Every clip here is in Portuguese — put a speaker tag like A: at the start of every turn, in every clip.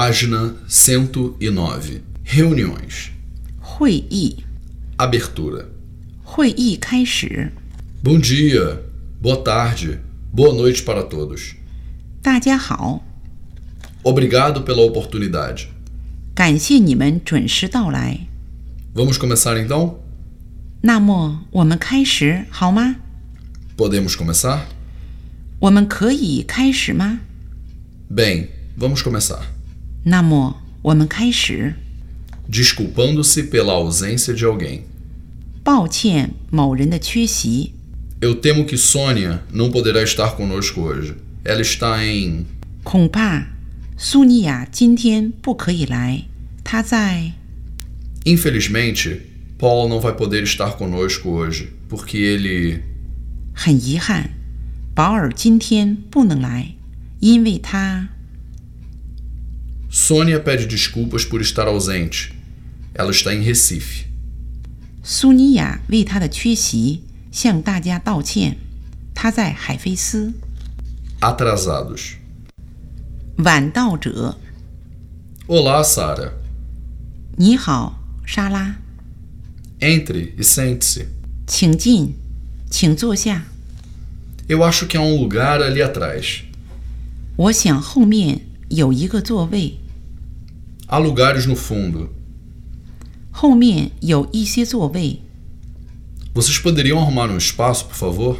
A: Página 109. Reuniões.
B: 会议，
A: Abertura.
B: 会议开始，
A: Bom dia, boa tarde, boa noite para todos.
B: 大家好，
A: Obrigado pela oportunidade.
B: 感谢你们准时到来。
A: Vamos começar então?
B: 那么我们开始好吗？
A: Podemos começar?
B: 我们可以开始吗？
A: Bem, vamos começar.
B: 那么我们开始。
A: Desculpando-se pela ausência de alguém.
B: 抱歉，某人的缺席。
A: Eu temo que Sônia não poderá estar conosco hoje. Ela está em.
B: 恐怕苏尼亚今天不可以来，她在。
A: Infelizmente, Paul não vai poder estar conosco hoje, porque ele.
B: 很遗憾，保尔今天不能来，因为他。
A: Sônia pede desculpas por estar ausente. Ela está em Recife.
B: 苏尼亚为她的缺席向大家道歉，她在海菲斯。
A: Atrasados.
B: 晚到者，
A: Olá, Sara.
B: 你好，莎拉，
A: Entre e sente-se.
B: 请进，请坐下。
A: Eu acho que há um lugar ali atrás.
B: 我想后面有一个座位，
A: Há lugares no fundo.
B: 后面有一些座位，
A: Vocês poderiam arrumar um espaço, por favor?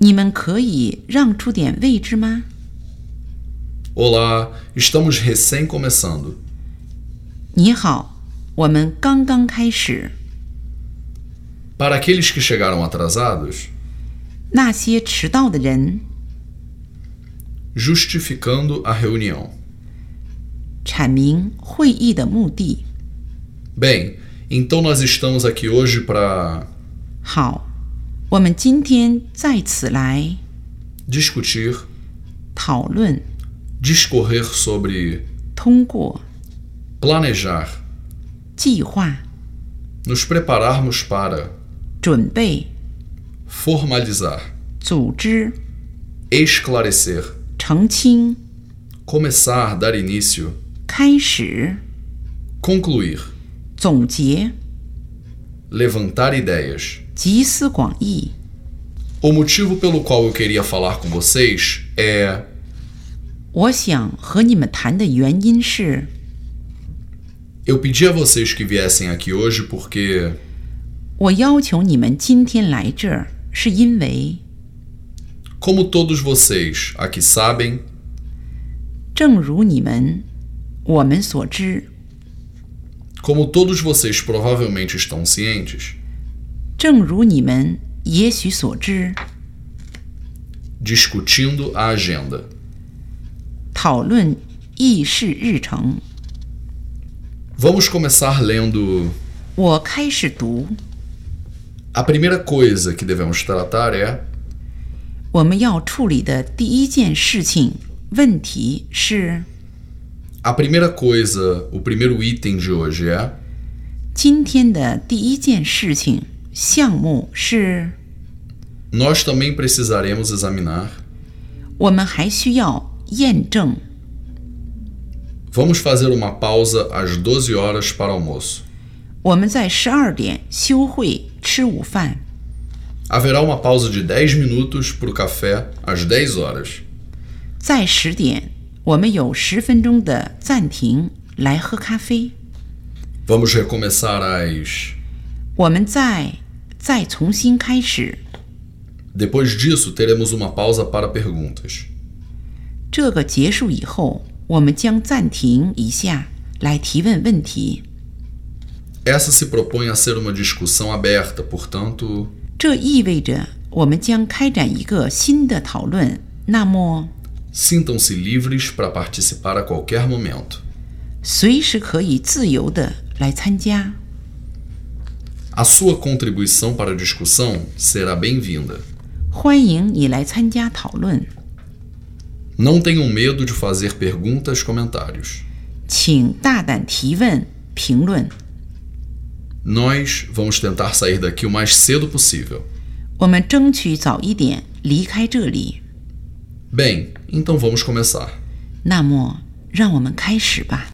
B: 你们可以让出点位置吗？
A: Olá, estamos recém começando.
B: 你好，我们刚刚开始。
A: Para aqueles que chegaram atrasados,
B: 那些迟到的人
A: justificando a reunião.
B: 阐明会议的目的。
A: Bem, então nós estamos aqui hoje para
B: 好，我们今天在此来
A: discutir,
B: 讨论、
A: discorrer sobre
B: 通过、
A: planejar,
B: 计划、
A: nos prepararmos para
B: 准备、
A: formalizar,
B: 组织、
A: esclarecer,
B: 澄清、
A: começar, dar início,
B: 开始、
A: concluir,
B: 总结、
A: levantar ideias.
B: 集思广益。
A: O motivo pelo qual eu queria falar com vocês é
B: 我想和你们谈的原因是，
A: eu pedi a vocês que viessem aqui hoje porque
B: 我要求你们今天来这儿，是因为，
A: como todos vocês aqui sabem,
B: 正如你们我们所知，
A: como todos vocês provavelmente estão cientes,
B: 正如你们也许所知，
A: discutindo a agenda.
B: 讨论议事日程。
A: Vamos começar lendo.
B: 我开始读，
A: A primeira coisa que devemos tratar é
B: 我们要处理的第一件事情问题是，
A: a primeira coisa, o primeiro item de hoje é
B: 今天的第一件事情项目是，
A: nós também precisaremos examinar.
B: 我们还需要验证。
A: Vamos fazer uma pausa às 12 horas para almoço.
B: 我们在十二点休会吃午饭，
A: Haverá uma pausa de 10 minutos para o café às 10 horas.
B: 在十点我们有十分钟的暂停来喝咖啡。
A: Vamos recomeçar às.
B: 我们再再重新开始。
A: Depois disso, teremos uma pausa para perguntas.
B: 这个结束以后，我们将暂停一下来提问问题。
A: Essa se propõe a ser uma discussão aberta, portanto,
B: 这意味着我们将开展一个新的讨论。那么，
A: sintam-se livres para participar a qualquer momento.
B: 随时可以自由的来参加。
A: A sua contribuição para a discussão será bem-vinda.
B: 欢迎你来参加讨论，
A: Não tenham medo de fazer perguntas, comentários.
B: 请大胆提问、评论。
A: Nós vamos tentar sair daqui o mais cedo possível.
B: 我们争取早一点离开这里。
A: Bem, então vamos começar.
B: 那么，让我们开始吧。